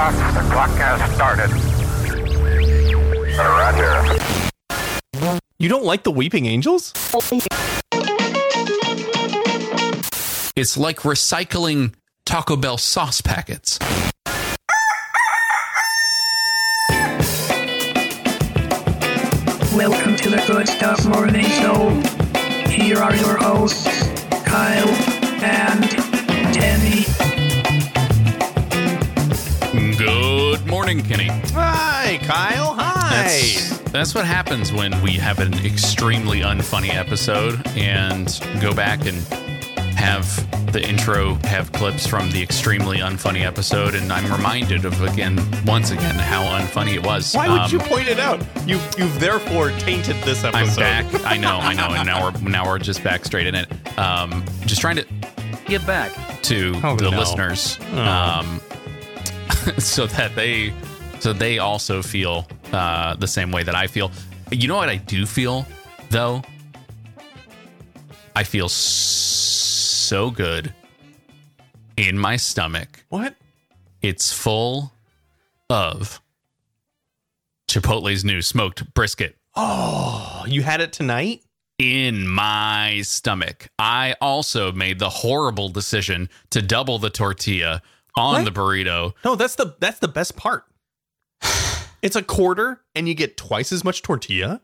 Clock has started. Roger. You don't like the Weeping Angels? It's like recycling Taco Bell sauce packets. Welcome to the Good Stuff Morning Show. Here are your hosts, Kyle and Tammy. Good morning, Kenny. Hi, Kyle. Hi. That's, that's what happens when we have an extremely unfunny episode and go back and have the intro have clips from the extremely unfunny episode and I'm reminded of again once again how unfunny it was. Why would Um, you point it out? You you've therefore tainted this episode. I'm back. I know, I know, and now we're now we're just back straight in it. Um just trying to Get back. to Oh, the no. listeners Oh. um, so that they so they also feel uh, the same way that I feel. You know what I do feel though? I feel s- so good in my stomach. What? It's full of Chipotle's new smoked brisket Oh, you had it tonight? in my stomach. I also made the horrible decision to double the tortilla on What? the burrito. No, that's the that's the best part. It's a quarter and you get twice as much tortilla.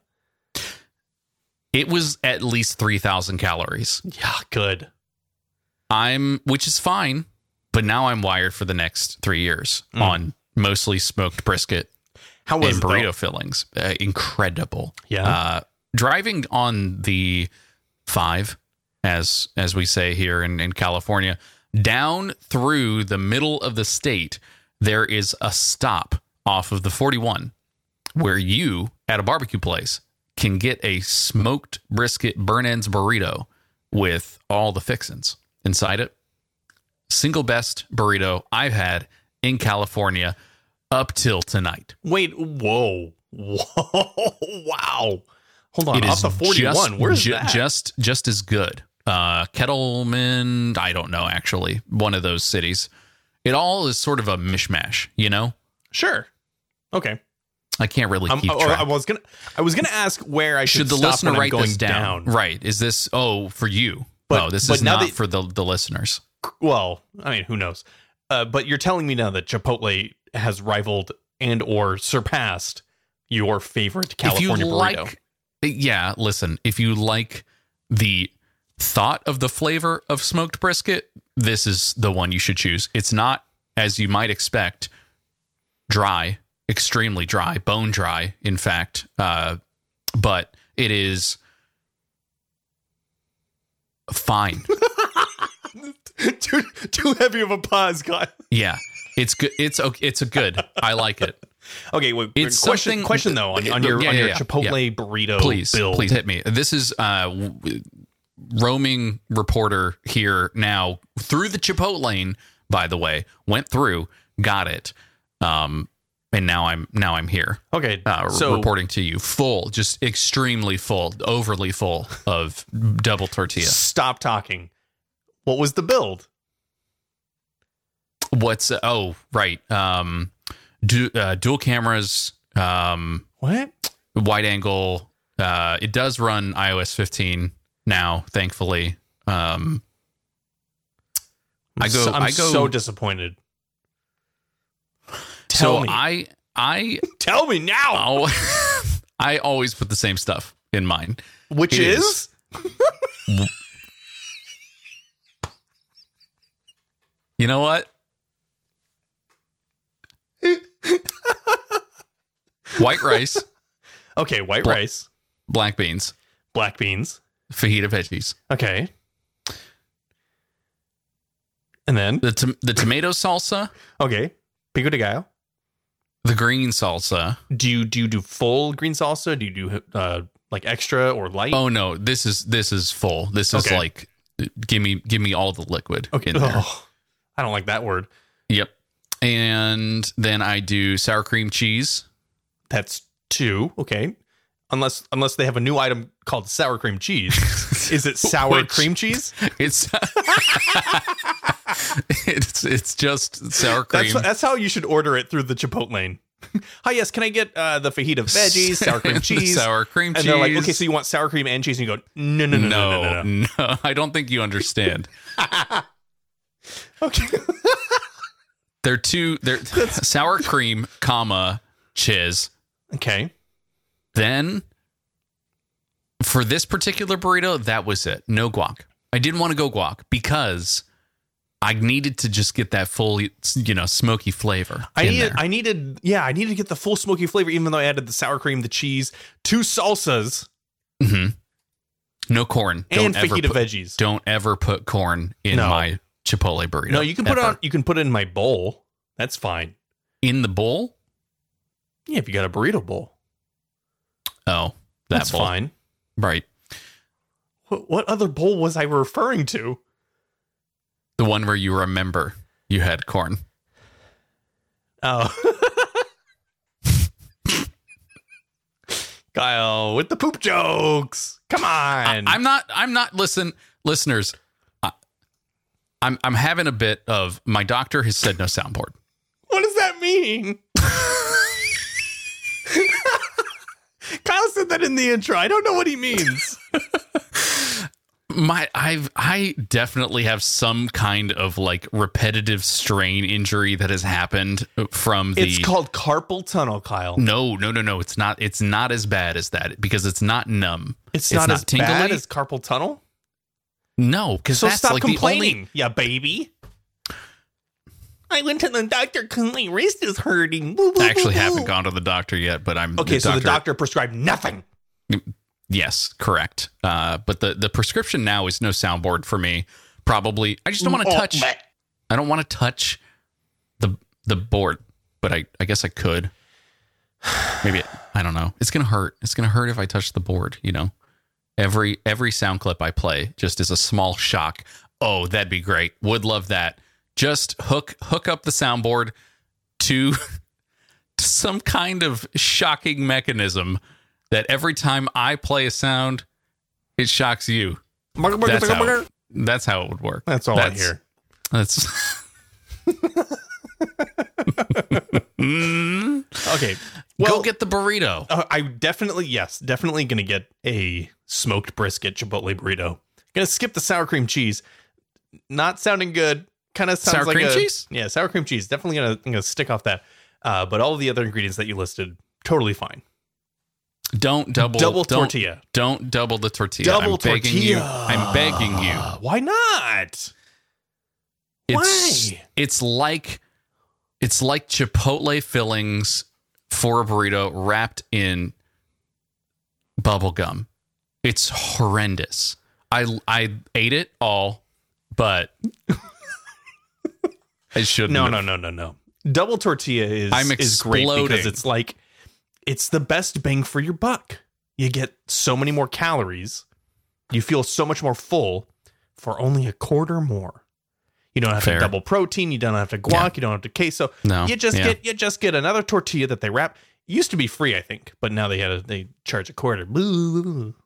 It was at least 3,000 calories. Yeah, good. I'm, which is fine, but now I'm wired for the next three years Mm. on mostly smoked brisket How was and it, though? burrito fillings. Uh, incredible. Yeah. Uh, driving on the five, as as we say here in, in California, down through the middle of the state, there is a stop off of the 41 where you at a barbecue place can get a smoked brisket burn ends burrito with all the fixins inside it. Single best burrito I've had in California up till tonight. Wait, whoa. Whoa. Wow. Hold on. It Off is the 41. Just, Where's ju- that? Just just as good. Uh, Kettleman, I don't know actually. One of those cities. It all is sort of a mishmash, you know. sure. Okay. I can't really Um, keep oh, track. I was gonna I was gonna ask where I should, Should the stop listener when I'm write going this down? Right? Is this oh for you? But- no, this but is now not that- for the the listeners. Well, I mean, who knows? Uh, but you're telling me now that Chipotle has rivaled and or surpassed your favorite California if you burrito. like, yeah, listen. If you like the thought of the flavor of smoked brisket, this is the one you should choose. It's not as you might expect, dry, extremely dry, bone dry, in fact. Uh, but it is fine. too too heavy of a pause, Kyle. yeah, it's good. It's okay. It's a good. I like it. Okay, wait. It's question something- question though on, on your Yeah, on yeah, your yeah, Chipotle burrito please build. please hit me this is uh w- roaming reporter here now through the chipotle lane by the way went through got it um and now i'm now i'm here Okay, uh, so reporting to you full just extremely full overly full of double tortilla stop talking. What was the build? what's oh right um du- uh, dual cameras um What? wide angle. Uh, it does run iOS 15 now, thankfully. Um, I go. So, I'm I go. so disappointed. Tell so me. I. I. Tell me now. Oh, I always put the same stuff in mine. Which it is? is. You know what? White rice, okay, white Bla- rice, black beans, black beans. fajita veggies. Okay. And then The tom- the tomato salsa, okay, pico de gallo. the green salsa. Do you do you do full green salsa? Do you do uh, like extra or light? Oh no, this is this is full. This is Okay. like give me give me all the liquid okay. Oh. in there. Ugh. I don't like that word. Yep. And then I do sour cream cheese. That's two. Okay. Unless unless they have a new item called sour cream cheese. Is it sour Which- cream cheese? It's it's it's just sour cream. That's, that's how you should order it through the Chipotle. Hi, yes, can I get uh, the fajita veggies, sour cream The cheese? sour cream and they're like, cheese. okay, so you want sour cream and cheese? And you go, no, no, no, no, no, no. no, no. no, I don't think you understand. Okay. They're two. They're sour cream, comma chiz. okay. Then for this particular burrito, that was it. No guac. I didn't want to go guac because I needed to just get that full, you know, smoky flavor. I in needed, there. I needed, yeah, I needed to get the full smoky flavor, even though I added the sour cream, the cheese, two salsas, Mm-hmm. no corn. and Don't ever fajita put, veggies. Don't ever put corn in No. my chipotle burrito. No, you can put it ever. on. You can put it in my bowl. That's fine. in the bowl. Yeah, if you got a burrito bowl, Oh, that that's bowl. fine. Right. What, what other bowl was I referring to? The one where you remember you had corn. Oh. Kyle with the poop jokes. Come on. I'm not. I'm not. Listen, listeners. I- I'm. I'm having a bit of. My doctor has said no soundboard. what does that mean? Kyle said that in the intro. I don't know what he means. My. I've. I definitely have some kind of like repetitive strain injury that has happened from the. it's called carpal tunnel, Kyle. no, no, no, no. It's not. It's not as bad as that because it's not numb. It's, not, as bad as carpal tunnel. no, because So that's stop like complaining, the only. yeah, baby. I went to the doctor because my wrist is hurting. Woo, woo, I actually woo, haven't woo. gone to the doctor yet, but I'm Okay, so the doctor prescribed nothing. Yes, correct. Uh, but the the prescription now is no soundboard for me. Probably, I just don't want to Oh, touch. bleh. I don't want to touch the the board, but I I guess I could. Maybe I don't know. It's gonna hurt. It's gonna hurt if I touch the board. You know, every every sound clip I play just is a small shock. Oh, that'd be great. Would love that. Just hook hook up the soundboard to some kind of shocking mechanism that every time I play a sound, it shocks you. That's how, that's how it would work. That's all That's- I hear. That's Okay. Well, go get the burrito. uh, I definitely, yes, definitely going to get a smoked brisket Chipotle burrito. Going to skip the sour cream cheese. Not sounding good. Kind of sounds Sour like cream a, cheese? Yeah, sour cream cheese. Definitely going to gonna stick off that. Uh, but all the other ingredients that you listed, totally fine. Don't double Double don't- tortilla. Don't double the tortilla. Double I'm begging tortilla. you. I'm begging you. Uh, why not? It's Why? it's like it's like chipotle fillings for a burrito wrapped in bubble gum. It's horrendous. I I ate it all, but I shouldn't. No, have. no, no, no, no. Double tortilla is I'm is great because exploding. it's like it's the best bang for your buck. You get so many more calories. You feel so much more full for only a quarter more. You don't have Fair. to double protein. You don't have to guac. Yeah. You don't have to queso. No, you just yeah. get you just get another tortilla that they wrap. It used to be free, I think, but now they had a, they charge a quarter. Boo.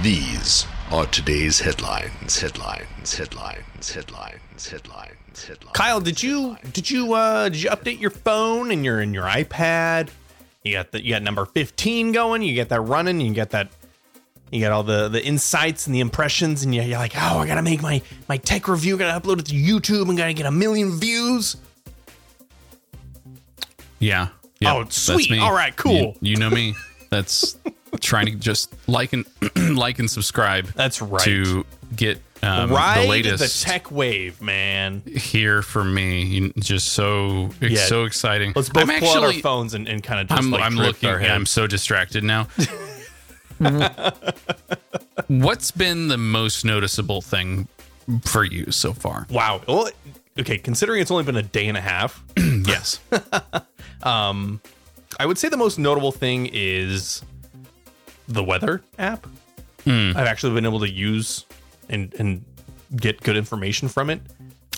These are today's headlines, headlines, headlines, headlines, headlines, headlines. Kyle, did you did you uh did you update your phone and your and your iPad? You got the you got number fifteen going. You get that running. You get that. You got all the the insights and the impressions, and you- you're like, oh, I gotta make my my tech review. Gotta upload it to YouTube and gotta get a million views. Yeah. yeah. Oh, That's sweet. me. All right, cool. You, you know me. That's trying to just like and like and subscribe. That's right. To get um, Ride the the, latest tech wave, man. here from me. You- Just so it's Yeah. so exciting. Let's both I'm pull out our actually- phones and, and kind of just I'm like I'm drift looking. Our yeah, I'm heads. so distracted now. What's been the most noticeable thing for you so far? Wow. Well, okay. Considering it's only been a day and a half, yes. I would say the most notable thing is the weather app. I've actually been able to use and and get good information from it.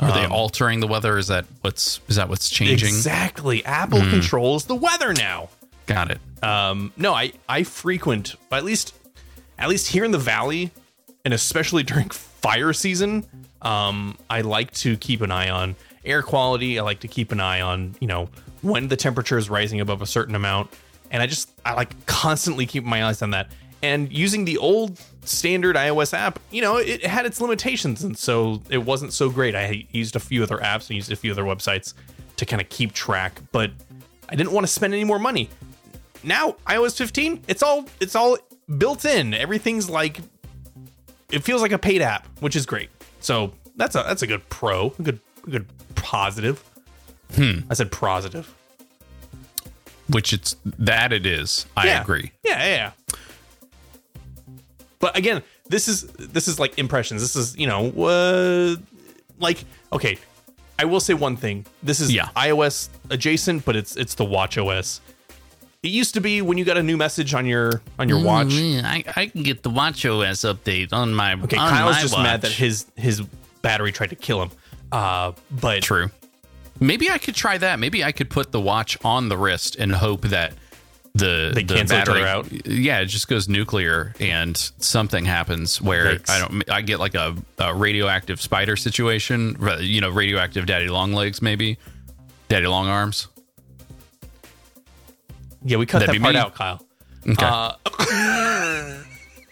Are Um, they altering the weather? Is that what's is that what's changing? Exactly. Apple controls the weather now. Got it. Um, no, I I frequent at least at least here in the valley. and especially during fire season, um, I like to keep an eye on air quality. I like to keep an eye on, you know, when the temperature is rising above a certain amount. And I just, I like constantly keep my eyes on that. And using the old standard iOS app, you know, it had its limitations. And so it wasn't so great. I used a few other apps and used a few other websites to kind of keep track, but I didn't want to spend any more money now iOS 15, it's all it's all built in. Everything's like it feels like a paid app, which is great. So that's a that's a good pro, a good a good positive. Hmm. I said positive. which it's that it is. I Yeah. agree. Yeah, yeah, yeah. But again, this is this is like impressions. This is you know uh, like okay. I will say one thing. This is Yeah. iOS adjacent, but it's it's the watch OS. It used to be when you got a new message on your on Hmm, your watch, I, I can get the watch OS update on my Okay, Kyle's just mad that his his battery tried to kill him. Uh, but True. Maybe I could try that. Maybe I could put the watch on the wrist and hope that the They the cancel each battery other out? Yeah, it just goes nuclear and something happens where Yikes. I don't. I get like a, a radioactive spider situation. ra- You know, radioactive daddy long legs, maybe daddy long arms. yeah, we cut That'd that be part me. out, Kyle. Uh, Okay.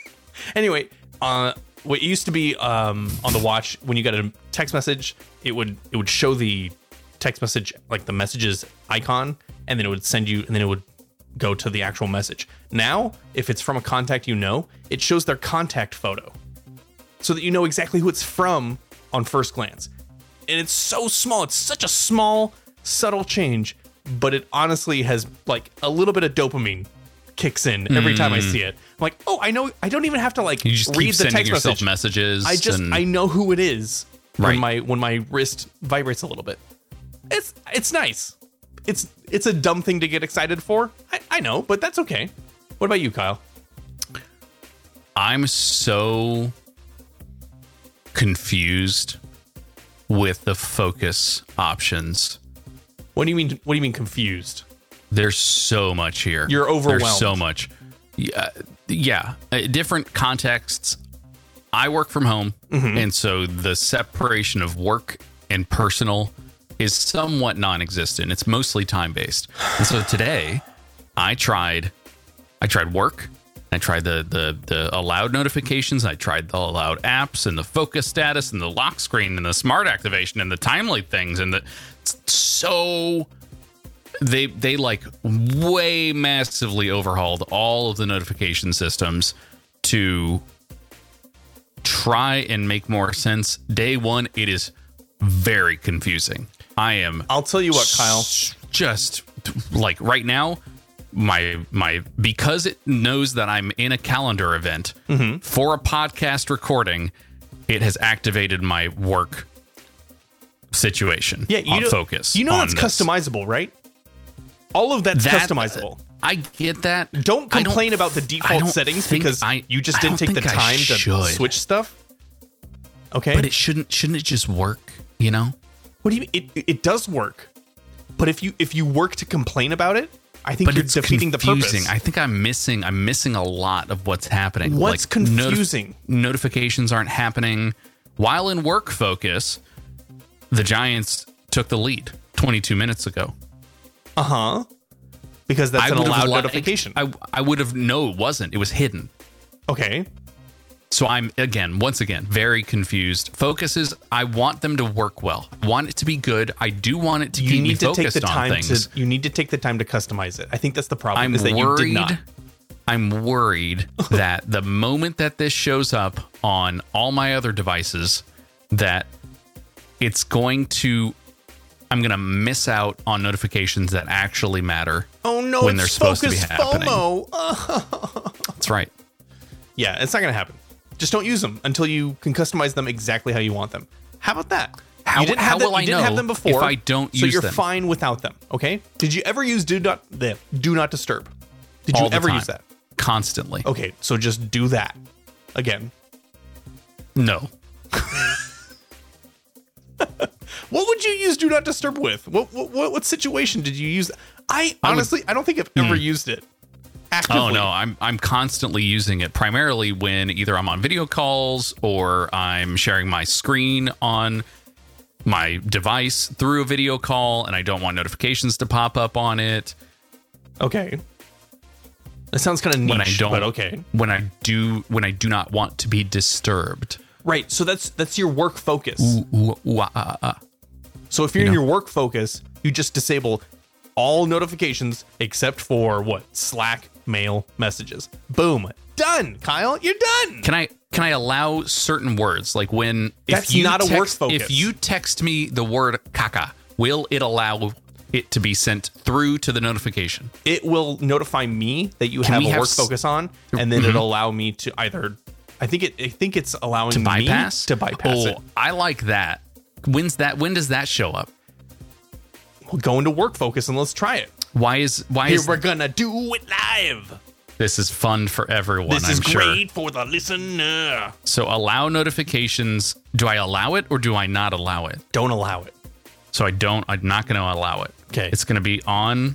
Anyway, uh, what used to be um, on the watch when you got a text message, it would it would show the text message like the messages icon, and then it would send you, and then it would go to the actual message. Now, if it's from a contact you know, it shows their contact photo, so that you know exactly who it's from on first glance. and it's so small. It's such a small, subtle change, but it honestly has like a little bit of dopamine kicks in every time I see it. I'm like, oh, I know. I don't even have to like Mm. you just read keep the sending text yourself message. messages. I just and- I know who it is when Right. my when my wrist vibrates a little bit. It's it's nice. It's it's a dumb thing to get excited for. I, I know, but that's okay. What about you, Kyle? I'm so confused with the focus options. What do you mean? What do you mean confused? There's so much here. You're There's overwhelmed. so much. Yeah, yeah. Uh, different contexts. I work from home, Mm-hmm. and so the separation of work and personal is somewhat non-existent. It's mostly time-based. And so today, I tried I tried work. I tried the the the allowed notifications. I tried the allowed apps and the focus status and the lock screen and the smart activation and the timely things and the so they they like way massively overhauled all of the notification systems to try and make more sense. Day one, it is very confusing. I am I'll tell you what, Kyle. s- Just like right now, my my because it knows that I'm in a calendar event Mm-hmm. for a podcast recording, it has activated my work situation. Yeah, you on know, focus. You know on that's this. customizable, right? All of that's That- uh, customizable. I get that. don't I complain about the I default don't settings think because I- you just I didn't don't take the think I time to should. switch stuff. Okay, But it shouldn't. Shouldn't it just work? You know. what do you mean? It, it it does work, but if you if you work to complain about it, I think But you're it's defeating the confusing. purpose. I think I'm missing. I'm missing a lot of what's happening. What's noti- confusing? notifications aren't happening. While in work focus, the Giants took the lead 22 minutes ago. uh huh. Because that's an would've allowed li- notification. I I would have no. It wasn't. It was hidden. okay, So I'm again, once again, very confused. Focuses. I want them to work well. I want it to be good. I do want it to you keep me need to focused take the on time things. to you need to take the time to customize it. I think that's the problem. I'm is that you did worried. not. I'm worried that the moment that this shows up on all my other devices, that it's going to. I'm gonna miss out on notifications that actually matter. Oh no, when it's they're supposed to be focus happening. FOMO. Ugh. That's right. Yeah, it's not gonna happen. Just don't use them until you can customize them exactly how you want them. How about that? How- you didn't have how them, will I you didn't have know them before if I don't so use you're them? fine without them. Okay. Did you ever use do not the do not disturb? Did All you the ever time. use that? Oh. Constantly. Okay, so just do that again. No. What would you use do not disturb with? What what, what, what situation did you use? I would- Hmm. honestly I don't think I've ever used it. Actively. Oh no, I'm I'm constantly using it primarily when either I'm on video calls or I'm sharing my screen on my device through a video call and I don't want notifications to pop up on it Okay. That sounds kind of niche, when I don't but okay. when I do when I do not want to be disturbed. Right. So that's that's your work focus. Ooh, ooh, ah, ah, ah. So if you're in your work focus, you just disable all notifications except for what? Slack, mail, messages. Boom. Done, Kyle. You're done. Can I can I allow certain words like when That's not a text, work focus. If you text me the word "caca," will it allow it to be sent through to the notification? It will notify me that you have a we have work s- Mm-hmm. focus on, and then it'll allow me to either. I think it. I think it's allowing to bypass me to bypass oh, it. I like that. When's that? When does that show up? We'll go into work focus and let's try it. Why is why Here is we're gonna do it live. this is fun for everyone? This I'm is sure. great for the listener. So allow notifications. Do I allow it or do I not allow it? Don't allow it. So I don't. I'm not going to allow it. 'Kay. It's going to be on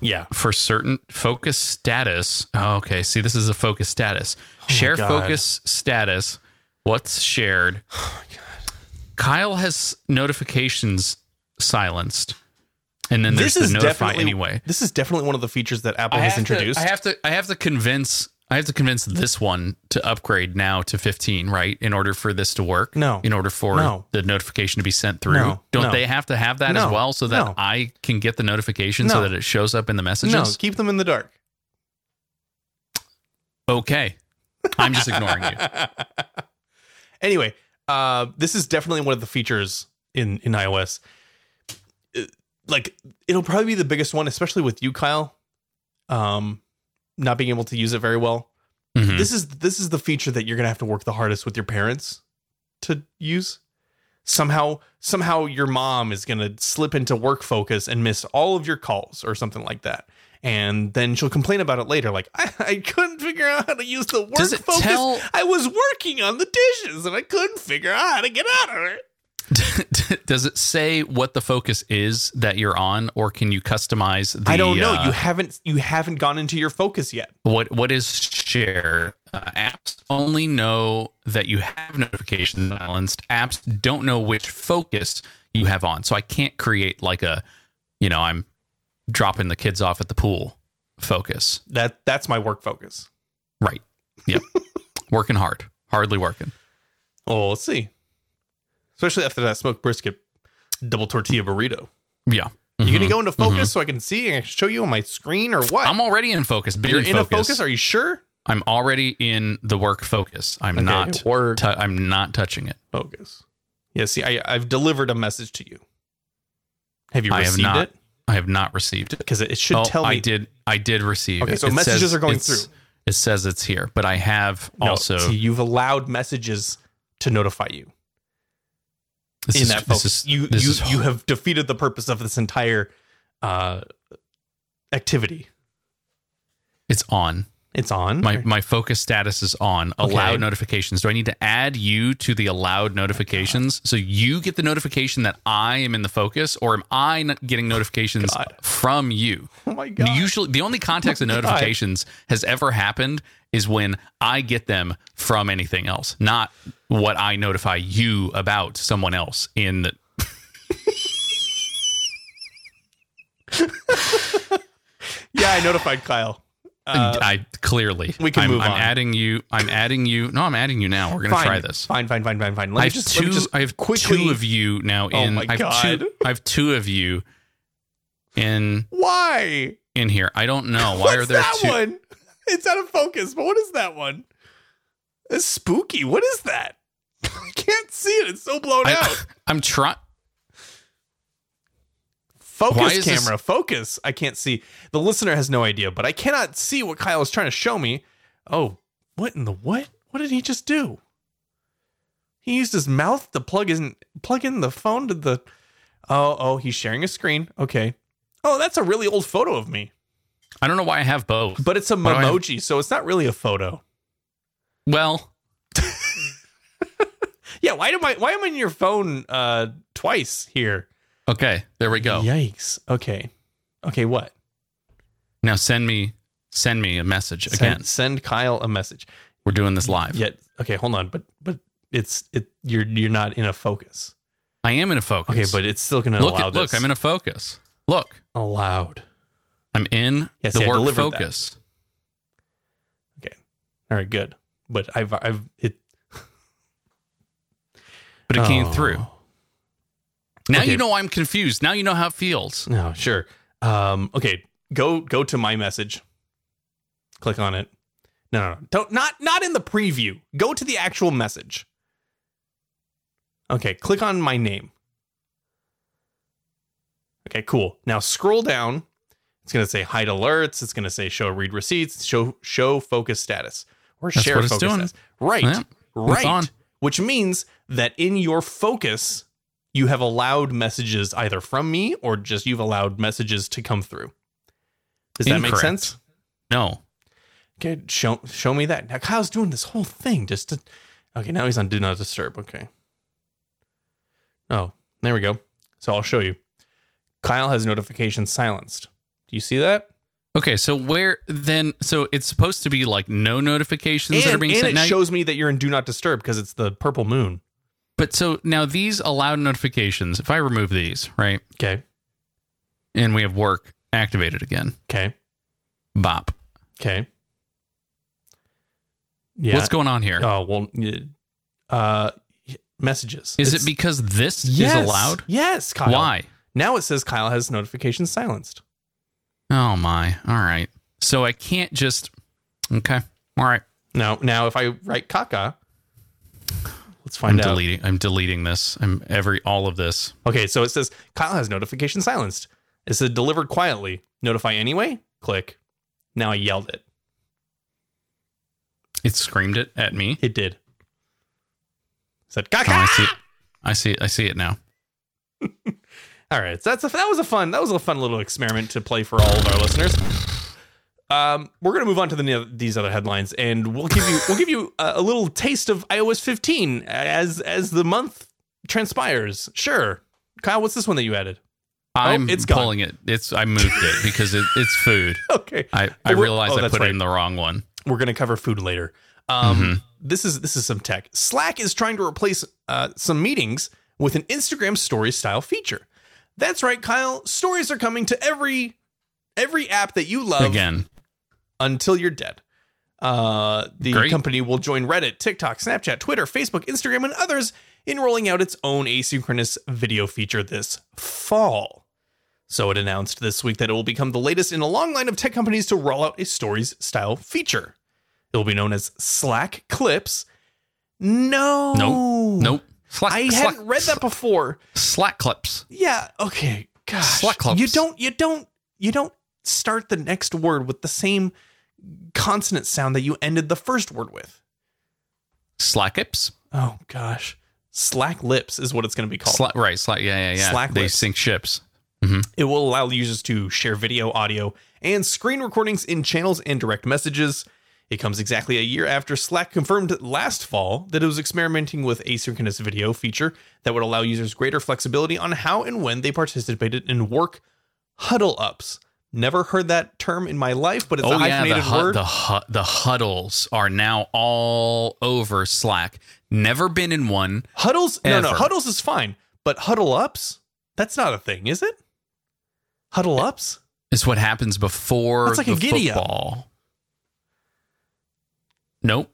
Yeah. for certain focus status. Oh, okay. See, this is a focus status. Share Oh God. focus status. What's shared? Oh Kyle has notifications silenced, and then there's this is the notify definitely anyway. This is definitely one of the features that Apple I has have to- introduced. I have to I have to convince I have to convince this one to upgrade now to 15, right? In order for this to work. No. In order for No. the notification to be sent through. No. Don't No. they have to have that No. as well so that No. I can get the notification so No. that it shows up in the no, messages? keep them in the dark. Okay. I'm just ignoring you. Anyway, uh, this is definitely one of the features in in iOS. Uh, Like it'll probably be the biggest one, especially with you, Kyle, um, not being able to use it very well. Mhm. This is this is the feature that you're gonna have to work the hardest with your parents to use. Somehow, somehow your mom is gonna slip into work focus and miss all of your calls or something like that. And then she'll complain about it later, like I, I couldn't figure out how to use the work Does it focus. tell- I was working on the dishes and I couldn't figure out how to get out of it. Does it say what the focus is that you're on or can you customize the I don't know. uh, you haven't you haven't gone into your focus yet. what what is share uh, apps only know that you have notifications balanced apps don't know which focus you have on so i can't create like a you know i'm dropping the kids off at the pool focus That that's my work focus. right yep working hard hardly working Oh, let's see. Especially after that smoked brisket double tortilla burrito. yeah You gonna Mhm. go into focus so I can see and I can show you on my screen or what? i'm already in focus been You're in in a focus, focus. Are you sure? i'm already in the work focus i'm Okay, not work. tou- i'm not touching it Focus. Yeah. See, I, I've delivered a message to you. Have you I have received not. it? i have not received it Because it, it should tell me. Oh, I did. I did receive. Okay, it. so It messages says are going it's- through. It says it's here, but I have No, also. see, you've allowed messages to notify you this in is- that this focus. is- you this you is- you have defeated the purpose of this entire uh, activity. It's on. It's on. My my focus status is on. Allow Okay. notifications. Do I need to add you to the allowed notifications so you get the notification that I am in the focus, or am I not getting notifications God. from you? oh my god. Usually, the only context of notifications has ever happened is when I get them from anything else, not what I notify you about someone else in the. yeah, I notified Kyle. Uh, I clearly we can I'm, move I'm on. adding you. I'm adding you. No, I'm adding you now. We're gonna fine. try this. Fine, fine, fine, fine, fine. Let I me have just, let two. me just I have quickly. two of you now. Oh In my I have God. two. I have two of you in Why? in here. I don't know why What's are there that two. one? It's out of focus, but what is that one? It's spooky. What is that? I can't see it. It's so blown I, out. I'm trying. why Focus is this- camera, focus. I can't see. The listener has no idea, but I cannot see what Kyle is trying to show me. Oh, what in the what? What did he just do? He used his mouth to plug in plug in the phone to the Oh, oh, he's sharing a screen. Okay. Oh, that's a really old photo of me. I don't know why I have both. But it's a do I have- emoji, so it's not really a photo. Well, Yeah, why am I why am I in your phone uh twice here? Oh. okay. There we go. Yikes. Okay. Okay, what? Now send me send me a message again. Send, send Kyle a message. We're doing this live. Yet, okay, hold on, but but it's it you're you're not in a focus. I am in a focus. Okay, but it's still going to look, allow at, this. look, I'm in a focus. Look, allowed. I'm in Yes, the yeah, I word delivered that. focus. All right, good. But I've I've it but it came Oh. through. Now Okay. you know I'm confused. Now you know how it feels. No, sure. Um, okay, go go to my message. Click on it. No, no, no. Don't not not in the preview. Go to the actual message. Okay, click on my name. Okay, cool. Now scroll down. It's gonna say hide alerts. It's gonna say show read receipts. Show show focus status or That's share what it's focus doing. status. Right, Yeah, it's right. on. Which means that in your focus, you have allowed messages either from me or just you've allowed messages to come through. Does that make Incorrect. sense? No. Okay, show show me that. Now Kyle's doing this whole thing just to Okay, now he's on do not disturb. Okay. Oh, there we go. So I'll show you. Kyle has notification silenced. Do you see that? Okay, so where then? So it's supposed to be like no notifications that are And, being and sent it now. shows me that you're in do not disturb because it's the purple moon. but so now these allowed notifications. If I remove these, right, Okay. and we have work activated again, Okay. bop. Okay. Yeah. What's going on here? Is Oh well, y- uh, y- messages. it because this is allowed? Yes, Kyle. Why? Now it says Kyle has notifications silenced. Oh my! All right. So I can't just. Okay. All right. Now, now if I write Kaka, let's I'm find out. deleting. I'm deleting this. I'm every all of this. Okay, so it says Kyle has notification silenced. It says delivered quietly. Notify anyway. Click. Now I yelled it. It screamed it at me. It did. said Oh, Kaka. I see. I see. I see it now. All right, so that's a, that was a fun that was a fun little experiment to play for all of our listeners. Um, we're gonna move on to the ne- these other headlines, and we'll give you we'll give you a, a little taste of iOS 15 as as the month transpires. Sure, Kyle, what's this one that you added? I'm Oh, it's gone. pulling it. It's I moved it because it, it's food. Okay, I I Oh, we're- realized oh, I that's put right. it in the wrong one. we're gonna cover food later. Um, this is this is some tech. Slack is trying to replace uh, some meetings with an Instagram story style feature. That's right, Kyle. Stories are coming to every every app that you love. Again, until you're dead. Uh, the Great. company will join Reddit, TikTok, Snapchat, Twitter, Facebook, Instagram, and others in rolling out its own asynchronous video feature this fall. So it announced this week that it will become the latest in a long line of tech companies to roll out a stories style feature. It will be known as Slack Clips. No. Nope. nope. Slack, I hadn't read that before. Slack clips. Yeah. Okay. Gosh. Slack clubs. You don't. You don't. You don't start the next word with the same consonant sound that you ended the first word with. Slack clips. Oh gosh. Slack lips is what it's going to be called. Slack right. Slack. Yeah. Yeah. Yeah. Slack they clips. sync ships. It will allow users to share video, audio, and screen recordings in channels and direct messages. It comes exactly a year after Slack confirmed last fall that it was experimenting with asynchronous video feature that would allow users greater flexibility on how and when they participated in work huddle ups. Never heard that term in my life, but it's a oh yeah. hyphenated The hu- word. the hu- the huddles are now all over Slack. Never been in one. Huddles, no, no, Ever. huddles is fine, but huddle ups, that's not a thing, is it? Huddle Eh. ups? It's what happens before That's like the a giddy up. football. Nope.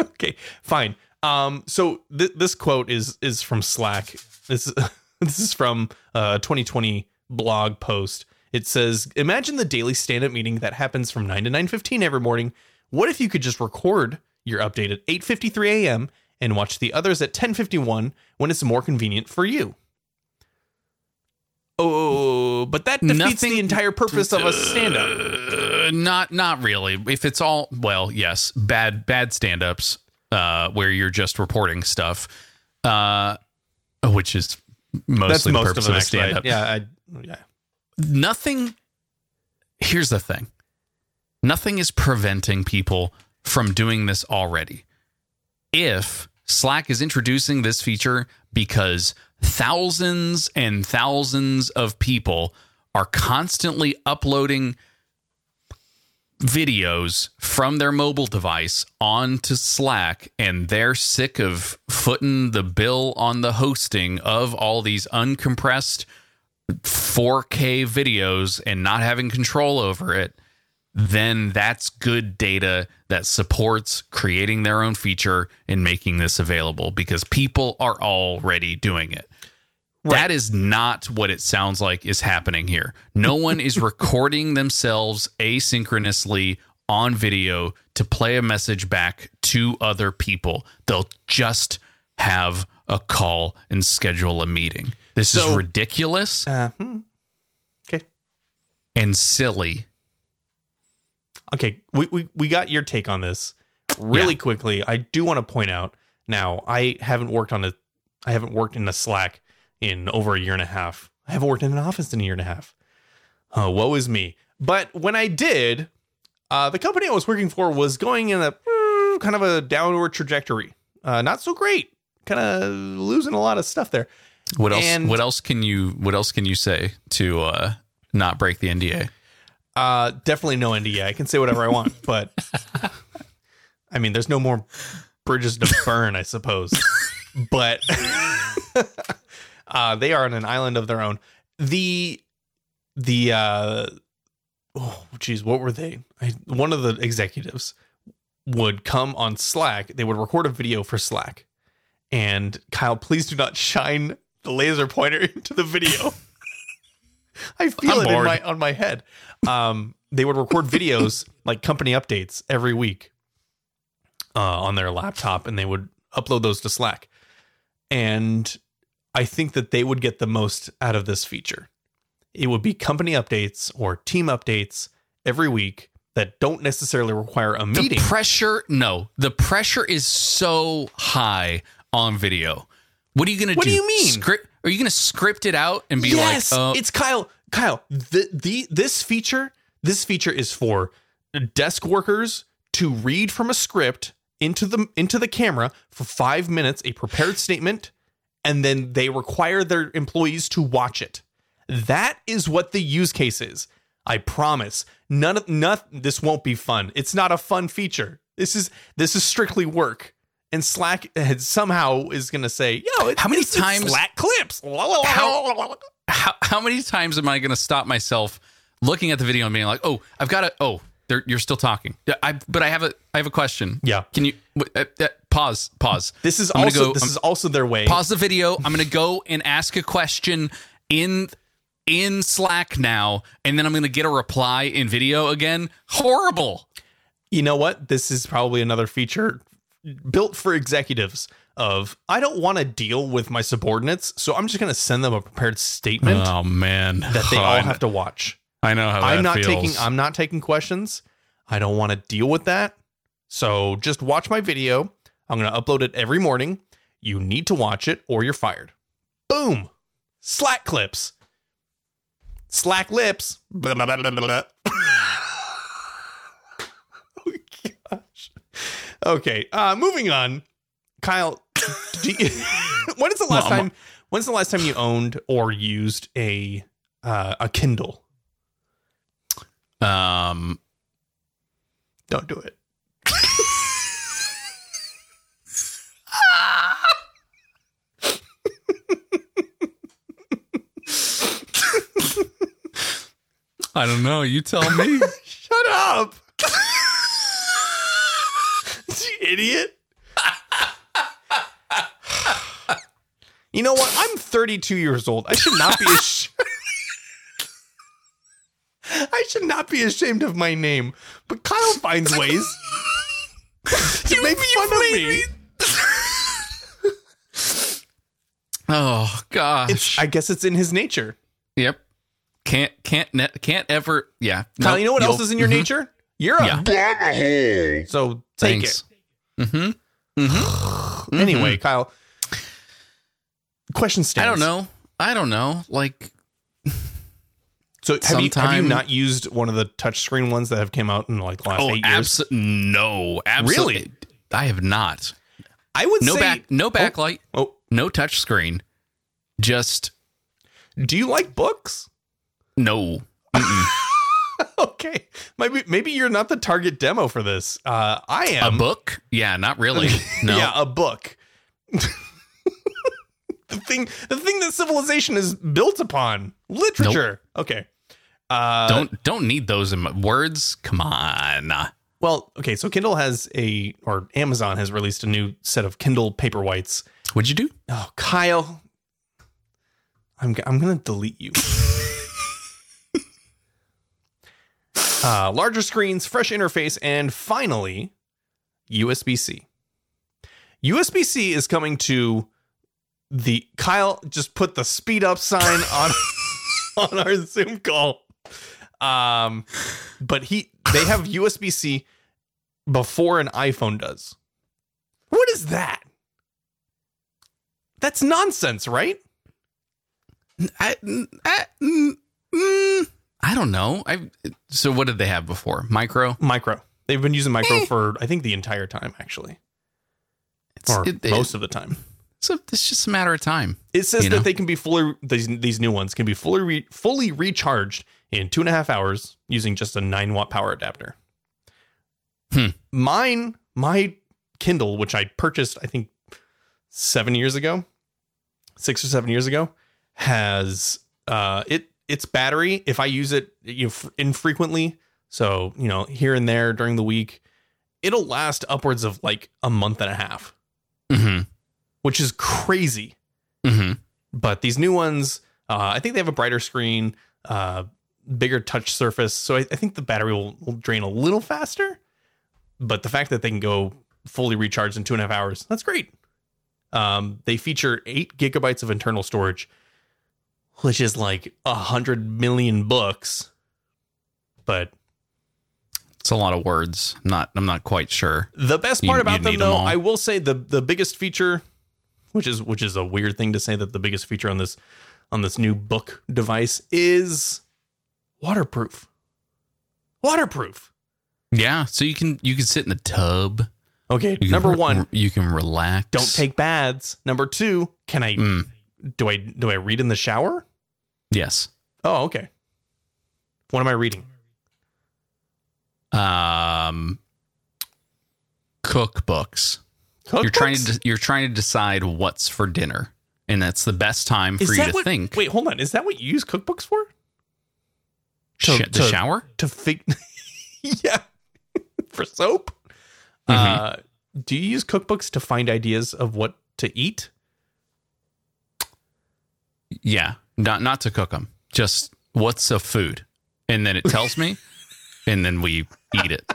okay, fine. Um, so th- this quote is is from Slack. This this is from a 2020 blog post. It says, "Imagine the daily stand-up meeting that happens from 9 to 9:15 every morning. What if you could just record your update at 8:53 a.m. and watch the others at 10:51 when it's more convenient for you?" Oh, but that defeats Nothing- the entire purpose of a stand-up. Uh, not not really. If it's all well, yes, bad bad stand ups uh, where you're just reporting stuff, uh, which is mostly That's the most purpose of them, of, a actually. stand I- up. Yeah, I, yeah. Nothing. Here's the thing. Nothing is preventing people from doing this already. If Slack is introducing this feature because thousands and thousands of people are constantly uploading videos from their mobile device onto Slack and they're sick of footing the bill on the hosting of all these uncompressed 4K videos and not having control over it, then that's good data that supports creating their own feature and making this available because people are already doing it. That is not what it sounds like is happening here. No one is recording themselves asynchronously on video to play a message back to other people. They'll just have a call and schedule a meeting. This So- is ridiculous Uh, hmm. Okay. and silly. Okay. We, we, we got your take on this really quickly. I do want to point out now, I haven't worked on a, I haven't worked in a Slack in over a year and a half. I haven't worked in an office in a year and a half. Oh, woe is me. But when I did, uh, the company I was working for was going in a mm, kind of a downward trajectory. Uh, not so great. Kind of losing a lot of stuff there. What else? And- what else can you? What else can you say to uh, not break the NDA? Uh, definitely no NDA. I can say whatever I want, but I mean, there's no more bridges to burn, I suppose. But uh, they are on an island of their own. The the uh, oh, geez, what were they? I, one of the executives would come on Slack. They would record a video for Slack, and Kyle, please do not shine the laser pointer into the video. I feel I'm it in bored. my on my head. Um, they would record videos like company updates every week uh, on their laptop, and they would upload those to Slack. And I think that they would get the most out of this feature. It would be company updates or team updates every week that don't necessarily require a meeting. The pressure, no, the pressure is so high on video. What are you gonna What do? do you mean? Script? Are you gonna script it out and be yes, like, oh, it's Kyle. Kyle, the, the this feature, this feature is for desk workers to read from a script into the into the camera for 5 minutes a prepared statement and then they require their employees to watch it. That is what the use case is. I promise. None of none, this won't be fun. It's not a fun feature. This is this is strictly work. And Slack had somehow is going to say, "Yo, it, How many it's- it's times- Slack clips?" How- how, how many times am I gonna stop myself looking at the video and being like, oh, I've got to, oh, they're, you're still talking. Yeah, I, but I have a, I have a question. Yeah. Can you w- uh, uh, pause? Pause. This is I'm gonna also go- this I'm- is also their way. pause the video. I'm going to go and ask a question in in Slack now, and then I'm going to get a reply in video again. Horrible. you know what? This is probably another feature built for executives of I don't want to deal with my subordinates, so I'm just going to send them a prepared statement Oh, man, Oh, that they all have to watch. I know how I'm not taking I'm not taking questions. I don't want to deal with that. So just watch my video. I'm going to upload it every morning. You need to watch it or you're fired. Boom. Slack clips. Slack lips. Blah, blah, blah, blah, blah, blah. oh gosh. Okay, uh moving on. Kyle, do you, when is the last Well, I'm- time when's the last time you owned or used a uh, a Kindle? um, Don't do it. I don't know. You tell me. Shut up. you idiot. you know what? I'm 32 years old. I should not be ashamed. I should not be ashamed of my name, but Kyle finds ways to make fun of me. oh gosh. It's- I guess it's in his nature. yep. Can't can't ne- can't ever. Yeah. Kyle, Nope. you know what else You'll- is in your Mhm. nature? You're a Yeah. so take Thanks. it. Mm-hmm. Anyway, Kyle. Question I stands. don't know. I don't know. Like So have you, have you sometime- not used one of the touchscreen ones that have came out in like the last eight years? Oh, abso- no, absolutely. Really? I have not. I would No say back, no backlight, Oh, no touch screen. Just do you like books? no. okay, maybe maybe you're not the target demo for this. Uh, I A am. book? Yeah, not really. No. Yeah, a book. the thing, the thing that civilization is built upon, literature. Okay. Uh, don't don't need those in my words. Come on. Well, okay. So Kindle has a, or Amazon has released a new set of Kindle Paperwhites. What'd you do? Oh, Kyle, I'm g- I'm gonna delete you. uh, larger screens, fresh interface, and finally, USB-C. USB-C is coming to the Kyle. Just put the speed up sign on on our Zoom call. Um, but he they have USB-C before an iPhone does. What is that? That's nonsense, right? I, I, mm, mm, I don't know. I so what did they have before? Micro. Micro. They've been using Eh. micro for I think the entire time actually, It's, or it- it- most of the time. it's, a- it's just a matter of time. It says You that know. they can be fully these these new ones can be fully re, fully recharged in two and a half hours using just a nine watt power adapter. Hmm. Mine, my Kindle, which I purchased I think seven years ago, six or seven years ago, has uh it its battery. If I use it you know, fr- infrequently, so you know here and there during the week, it'll last upwards of like a month and a half, hmm which is crazy hmm but these new ones, uh, I think they have a brighter screen, uh, bigger touch surface. So I, I think the battery will, will drain a little faster. But the fact that they can go fully recharged in two and a half hours, that's great. Um, they feature eight gigabytes of internal storage, which is like a hundred million books. But It's a lot of words. I'm not. I'm not quite sure. The best You- part you about them, need 'em though, all. I will say the the biggest feature, which is which is a weird thing to say that the biggest feature on this on this new book device is waterproof. Waterproof. Yeah. So you can you can sit in the tub. Okay. You can Number re- one, you can relax. don't take baths. Number two, can I Mm, do I do I read in the shower? yes. Oh, okay. What am I reading? Um. Cookbooks. You're trying Cookbooks? to you're trying to decide what's for dinner, and that's the best time for Is you that to what- think. Wait, hold on. Is that what you use cookbooks for? Sh- to- the to- shower. to fig yeah for soap Mm-hmm. uh do you use cookbooks to find ideas of what to eat Yeah, not not to cook them. Just what's a food, and then it tells me, and then we eat it.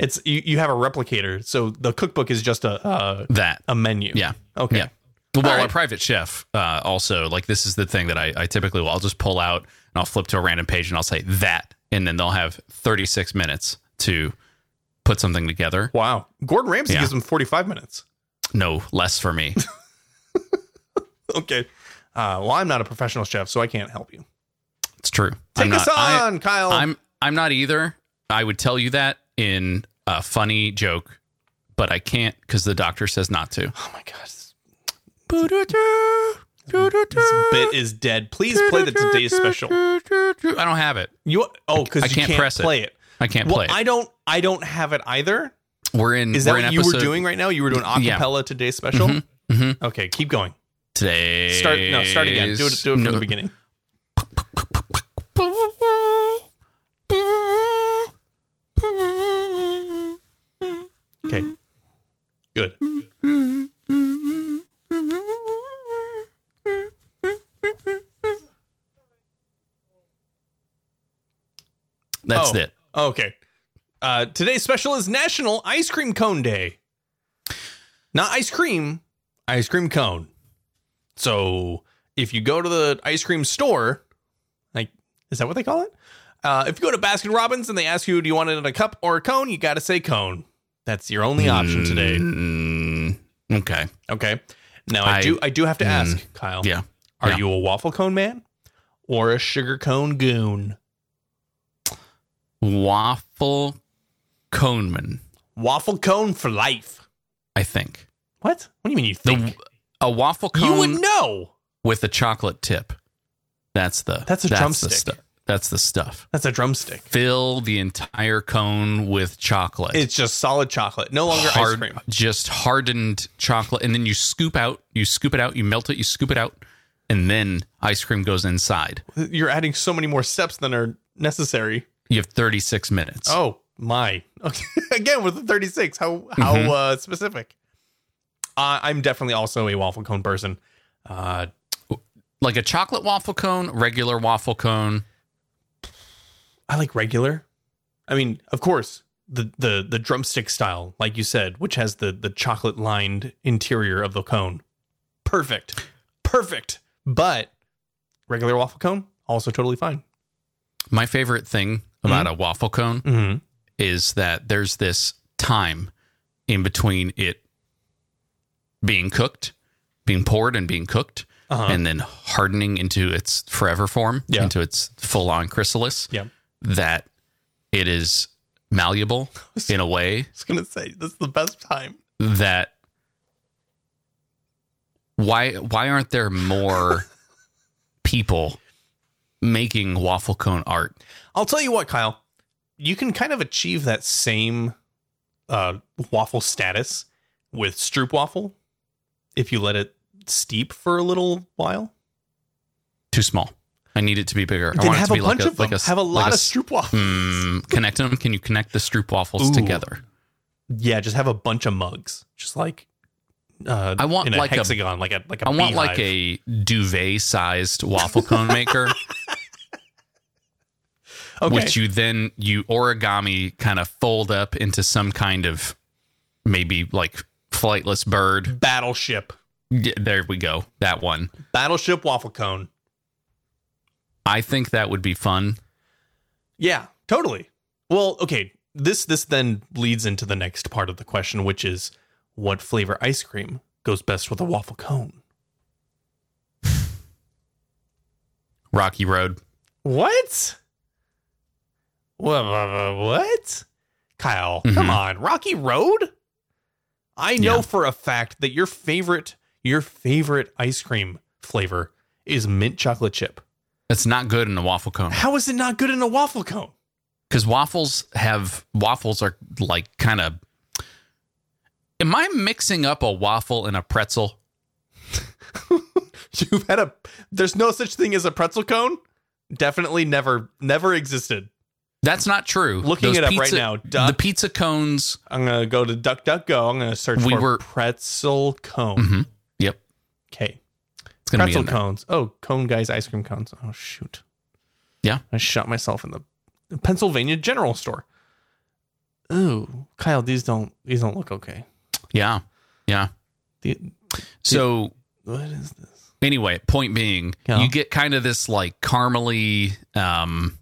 it's you, you have a replicator so the cookbook is just a uh, That a menu yeah okay yeah. Well, All right. a private chef uh, also like this is the thing that I, I typically will. I'll just pull out and I'll flip to a random page and I'll say that, and then they'll have thirty six minutes to put something together. wow gordon ramsay Yeah. gives them 45 minutes No less for me. okay uh, well i'm not a professional chef so i can't help you It's true. take I'm us not- I- on kyle I'm I'm not either. I would tell you that in a funny joke, but I can't because the doctor says not to. oh my god this- this bit is dead please play the today's special I don't have it. you oh because I you can't can't press it. play it, I can't well play. It. i don't i don't have it either we're in. Is that we're in what you were episode- doing right now? You were doing Yeah. acapella today's special. mhm. Okay, keep going. today? Start no, start again. Do it. Do it from the beginning. Okay, good. That's Oh, it. Okay, uh, today's special is National Ice Cream Cone Day. Not ice cream, ice cream cone. So if you go to the ice cream store, like is that what they call it? Uh, if you go to Baskin Robbins and they ask you, do you want it in a cup or a cone? You got to say cone. That's your only option today. Mm, okay. Okay. Now I, I- hmm. do I do have to ask, Kyle. Yeah. Are yeah. you a waffle cone man or a sugar cone goon? Waffle Coneman, Waffle cone for life. I think. What? What do you mean you The think? a waffle you cone would know. with a chocolate tip. That's the That's a the drumstick. stu- That's the stuff. That's a drumstick. Fill the entire cone with chocolate. It's just solid chocolate, no longer ice hard, cream. just hardened chocolate, and then you scoop out. You scoop it out. You melt it. You scoop it out, and then ice cream goes inside. You're adding so many more steps than are necessary. You have 36 minutes. Oh my! Okay. Again with the 36. How how uh, specific? Uh, I'm definitely also a waffle cone person. Uh, Like a chocolate waffle cone, regular waffle cone. I like regular. I mean, of course, the the the drumstick style, like you said, which has the the chocolate lined interior of the cone. Perfect, perfect. But regular waffle cone also totally fine. My favorite thing about a waffle cone Mm-hmm. is that there's this time in between it being cooked, being poured and being cooked, Uh-huh. and then hardening into its forever form, Yeah. into its full on chrysalis, Yeah, I that it is malleable in a way was gonna say this is the best time. that why why aren't there more people making waffle cone art? I'll tell you what, Kyle, you can kind of achieve that same uh, waffle status with Stroop waffle if you let it steep for a little while. Too small. I need it to be bigger. I Then want it have to a be like bunch a, of them. like a have a lot like of s- Stroop waffles. Mm, connect them. Can you connect the Stroop waffles Ooh. together? Yeah, just have a bunch of mugs, just like uh, I want in a like a- hexagon, like a like a I want beehive. like a duvet sized waffle cone maker, okay. which you then you origami kind of fold up into some kind of maybe like flightless bird. battleship Yeah, there we go. That one. battleship waffle cone. I think that would be fun. Yeah, totally. Well, okay. This this then leads into the next part of the question, which is what flavor ice cream goes best with a waffle cone? Rocky Road. What? What? What? Kyle, come on, Rocky Road. I know Yeah. for a fact that your favorite your favorite ice cream flavor is mint chocolate chip. That's not good in a waffle cone How is it not good in a waffle cone? because waffles have waffles are like kind of. Am I mixing up a waffle and a pretzel? You've had a there's no such thing as a pretzel cone. Definitely never never existed. That's not true. Looking it up right now. Duck. The pizza cones. I'm gonna go to DuckDuckGo. I'm gonna search We for were- pretzel cone. Mhm. Yep, Okay, it's gonna pretzel be in there. cones. Oh, cone guys, ice cream cones. Oh shoot, Yeah. I shot myself in the Pennsylvania General Store. Ooh, Kyle, these don't these don't look okay. Yeah, yeah. The- So what is this? anyway, point being, Yeah. you get kind of this like caramely, um,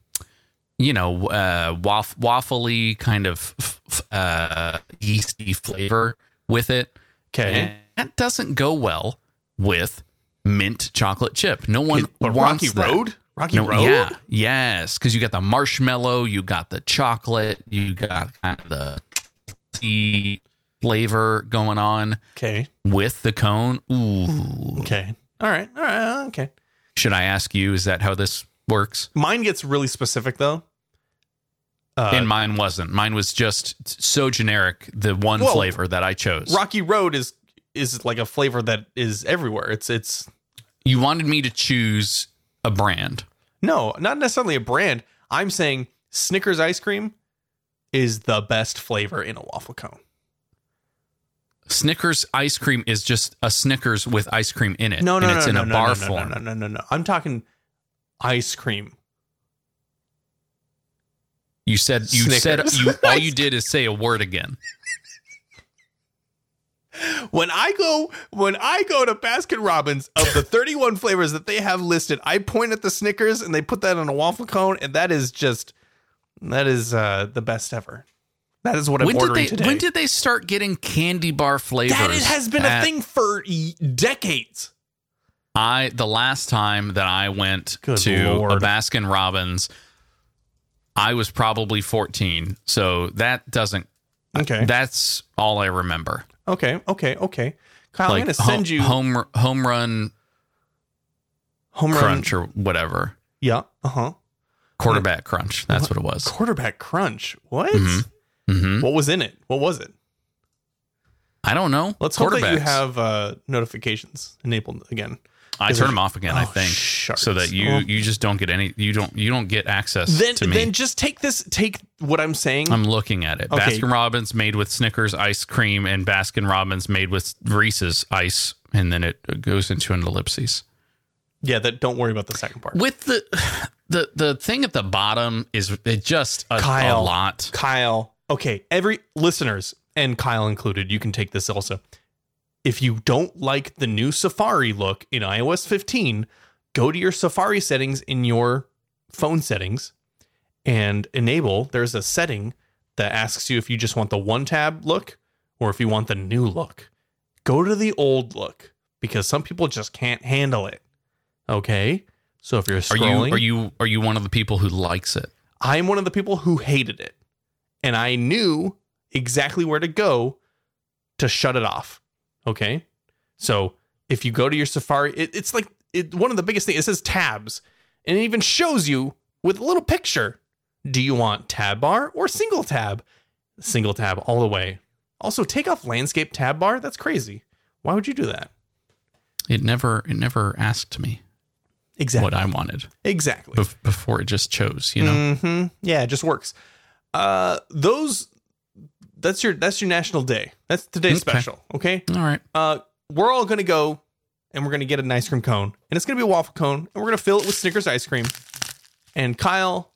you know, uh, waff- waffly kind of f- f- uh, yeasty flavor with it. Okay, And that doesn't go well with mint chocolate chip. No one but wants Rocky that. Road, Rocky No, Road. Yeah, yes, because you got the marshmallow, you got the chocolate, you got kind of the tea flavor going on Okay, with the cone. Ooh, okay, all right, all right, uh, okay. should I ask you? Is that how this works? Mine gets really specific though. Uh, and mine wasn't. Mine was just so generic. The one Well, flavor that I chose. Rocky Road is is like a flavor that is everywhere. It's it's you wanted me to choose a brand. No, not necessarily a brand. I'm saying Snickers ice cream is the best flavor in a waffle cone. Snickers ice cream is just a Snickers with ice cream in it. No, no, and no, it's no, in no, a no, bar no, no, form. no, no, no, no, no. I'm talking ice cream. You said you Snickers. said you all you did is say a word again. When I go when I go to Baskin Robbins of the 31 flavors that they have listed, I point at the Snickers and they put that on a waffle cone and that is just that is uh the best ever. That is what I'm when did ordering they today. when did they start getting candy bar flavors? that it has been That- a thing for y- decades. I the last time that I went Good to a Lord. Baskin Robbins, I was probably fourteen. So that doesn't. Okay. That's all I remember. okay. Okay. Okay. Kyle, I'm going to home- send you home home run home run crunch or whatever. Yeah. Uh huh. Quarterback crunch. That's what it was. Quarterback crunch. What? Mhm. hmm What was in it? What was it? I don't know. Let's hope that you have uh, notifications enabled again. I turn them off again. I Oh, think sharks. so that you Oh. you just don't get any. You don't you don't get access Then to me. then just take this take what I'm saying. I'm looking at it. Okay. Baskin Robbins made with Snickers ice cream and Baskin Robbins made with Reese's ice, and then it goes into an ellipses. yeah, that don't worry about the second part. With the the the thing at the bottom is it just a, a Kyle. lot. Kyle. Okay, every listeners and Kyle included, you can take this also. If you don't like the new Safari look in iOS 15, go to your Safari settings in your phone settings and enable. There's a setting that asks you if you just want the one tab look or if you want the new look. Go to the old look because some people just can't handle it. Okay? So if you're Are you scrolling, are you are you one of the people who likes it? I'm one of the people who hated it. And I knew exactly where to go to shut it off. Okay. So if you go to your Safari, it, it's like it, one of the biggest things. It says tabs, and it even shows you with a little picture. Do you want tab bar or single tab? Single tab all the way. Also, take off landscape tab bar. That's crazy. Why would you do that? It never it never asked me Exactly. what I wanted Exactly. bef- before it just chose. You know. hmm Yeah, it just works. Uh, those. That's your that's your national day. That's today's Okay. special. Okay. All right. Uh, we're all gonna go, and we're gonna get an ice cream cone, and it's gonna be a waffle cone, and we're gonna fill it with Snickers ice cream. And Kyle,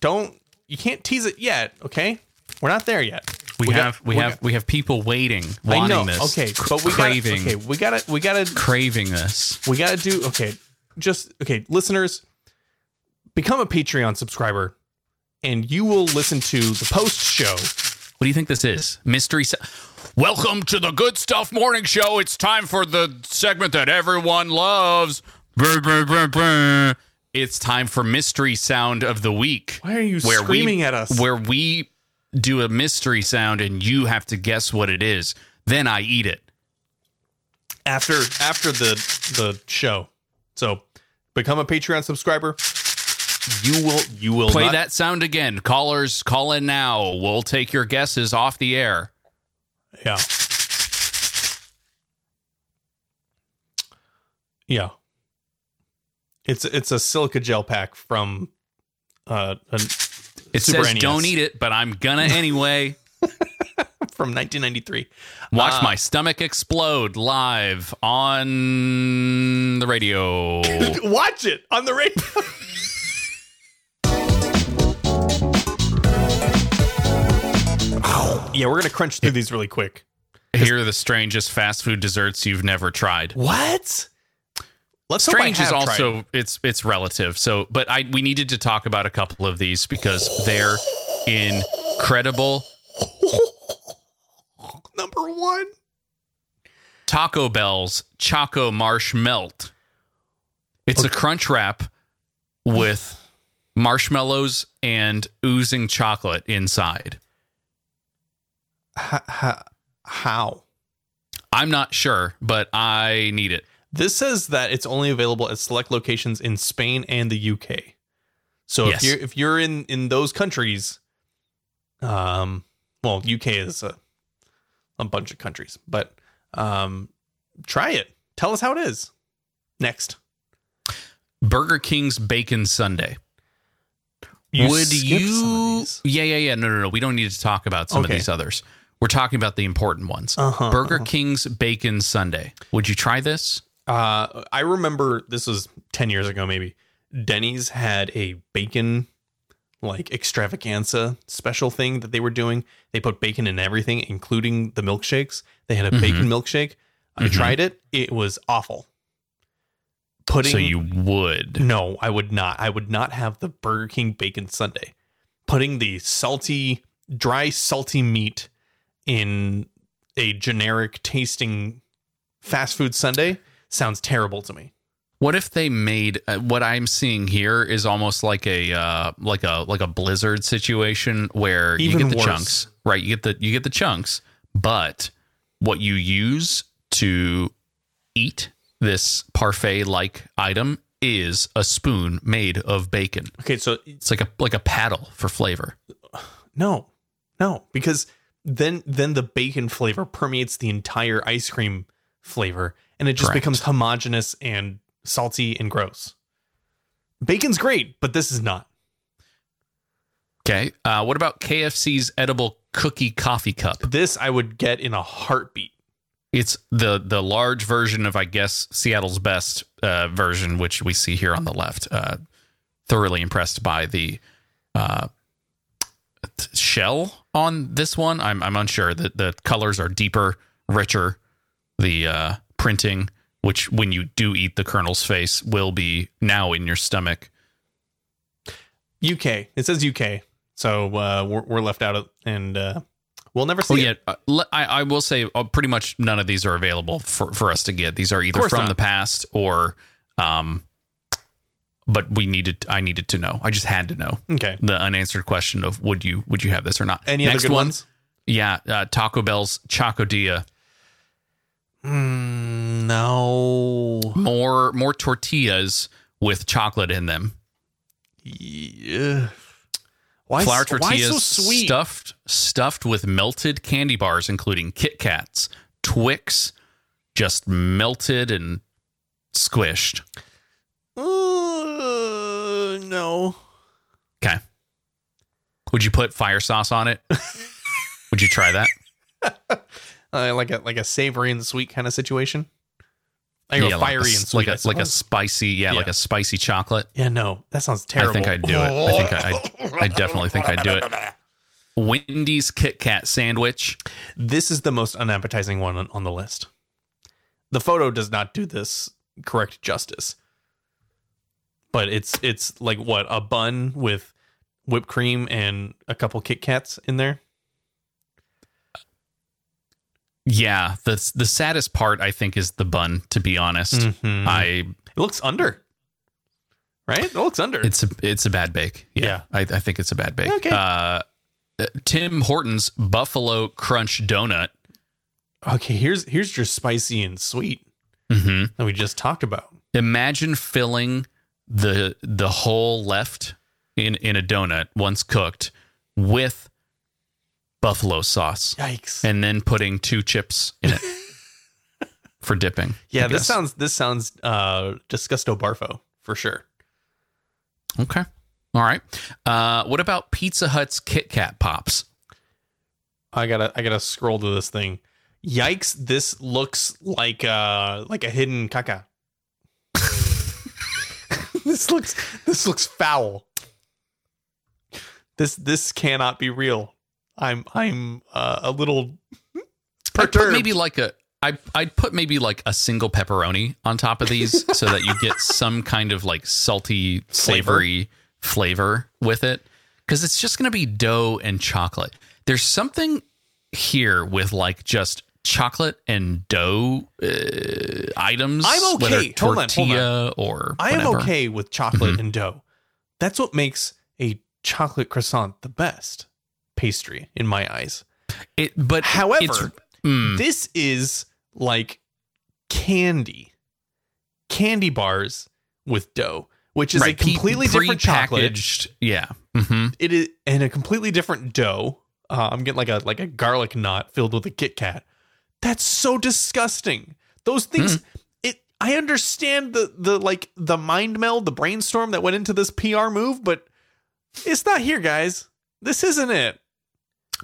don't you can't tease it yet. Okay. We're not there yet. We, got- have we have we have people waiting, wanting I know. this. Okay, cr- but we craving Gotta, okay, we gotta we gotta craving this. we gotta do okay just okay listeners become a patreon subscriber and you will listen to the post show What do you think this is? Mystery. Se- Welcome to the Good Stuff Morning Show. It's time for the segment that everyone loves. Brr, brr, brr, brr. It's time for mystery sound of the week. Why are you screaming we, at us? Where we do a mystery sound and you have to guess what it is. Then I eat it. after after the the show so become a patreon subscriber you will you will Play not- that sound again. Callers, call in now. We'll take your guesses off the air. yeah yeah it's it's a silica gel pack from uh an, It Super E says NES. don't eat it, but I'm gonna anyway. from 1993 Watch Ah. my stomach explode live on the radio. watch it on the radio yeah we're gonna crunch through these really quick Here are the strangest fast food desserts you've never tried. What? Let's Strange hope I is have tried also it's it's relative. So, but I we needed to talk about a couple of these because they're incredible. it. number one. Taco Bell's Choco Marsh Melt. It's a crunch wrap with marshmallows and oozing chocolate inside. How? I'm not sure, but I need it. This says that it's only available at select locations in Spain and the UK. So Yes. if you're if you're in in those countries, um, well, UK is a a bunch of countries, but um, try it. Tell us how it is. Next, Burger King's Bacon Sunday. Would skipped you? some of these. Yeah, yeah, yeah. No, no, no. We don't need to talk about some Okay. of these others. We're talking about the important ones. Uh-huh, Burger King's Bacon Sunday. Would you try this? Uh, I remember this was 10 years ago, maybe. Denny's had a bacon like extravaganza special thing that they were doing. They put bacon in everything, including the milkshakes. They had a Mm-hmm. bacon milkshake. I Mhm. tried it. It was awful. Putting So you would. no, I would not. I would not have the Burger King bacon Sunday. Putting the salty, dry, salty meat in a generic tasting fast food Sunday sounds terrible to me. What if they made uh, what I'm seeing here is almost like a uh, like a like a blizzard situation where Even you get the worse. chunks, right? You get the you get the chunks, but what you use to eat this parfait like item is a spoon made of bacon. Okay, so It's like a like a paddle for flavor. no, no, because then then the bacon flavor permeates the entire ice cream flavor, and it just Correct. becomes homogenous and salty and gross. Bacon's great, but this is not. Okay. Uh, what about KFC's edible cookie coffee cup? This I would get in a heartbeat. It's the the large version of I guess Seattle's best uh, version, which we see here on the left. Uh, thoroughly impressed by the uh, t- shell on this one. I'm I'm unsure. The the colors are deeper, richer. The uh, printing, which when you do eat the Colonel's face, will be now in your stomach. UK. It says UK, so uh, we're, we're left out of, and uh, we'll never see Oh it. yeah, uh, le- I, I will say uh, pretty much none of these are available for, for us to get. These are either course from not. the past or, um, but we needed. I needed to know. I just had to know Okay. the unanswered question of would you would you have this or not. Any Next other good one, ones? Yeah, uh, Taco Bell's Chocodilla. Mm, no. More more tortillas with chocolate in them. Yeah. Why, Flour s- why tortillas so sweet? stuffed stuffed with melted candy bars, including Kit Kats, Twix, just melted and squished. Uh, no. Okay. Would you put fire sauce on it? Would you try that? Uh, like a like a savory and sweet kind of situation. Like a fiery like a, and sweet. like a, like a suppose. spicy, yeah, like Yeah. a spicy chocolate. yeah, no. That sounds terrible. I think I'd do it. I think I, I, I definitely think I'd do it. Wendy's Kit Kat sandwich. this is the most unappetizing one on, on the list. The photo does not do this correct justice. But it's it's like what a bun with whipped cream and a couple Kit Kats in there. Yeah, the the saddest part I think is the bun. To be honest, Mhm. I It looks under, right? It looks under. it's a it's a bad bake. Yeah, Yeah. I, I think it's a bad bake. Okay. Uh, Tim Hortons Buffalo Crunch Donut. okay. Here's here's your spicy and sweet Mm-hmm. that we just talked about. imagine filling the the whole left in in a donut once cooked with buffalo sauce Yikes! and then putting two chips in it for dipping I yeah, this guess. sounds this sounds uh disgusto barfo for sure. okay all right uh what about pizza hut's kit kat pops I gotta I gotta scroll to this thing. Yikes! This looks like uh like a hidden caca. this looks this looks foul. This this cannot be real. I'm I'm uh, a little I'd put perturbed. maybe like a I, I'd put maybe like a single pepperoni on top of these so that you get some kind of like salty, savory flavor with it. Cause it's just going to be dough and chocolate. There's something here with like just chocolate and dough uh, items. I'm okay. Whether Hold on, hold on. tortilla or I am whatever. okay with chocolate and dough. That's what makes a chocolate croissant the best pastry in my eyes. It, but However, it's, mm, This is like candy, candy bars with dough, which is right, a pe- completely different chocolate. pre-packaged. Yeah. hmm It is and a completely different dough. Uh, I'm getting like a like a garlic knot filled with a Kit Kat. That's so disgusting. Those Hmm. things. It. I understand the the like the mind meld, the brainstorm that went into this PR move, but it's not here, guys. This isn't it.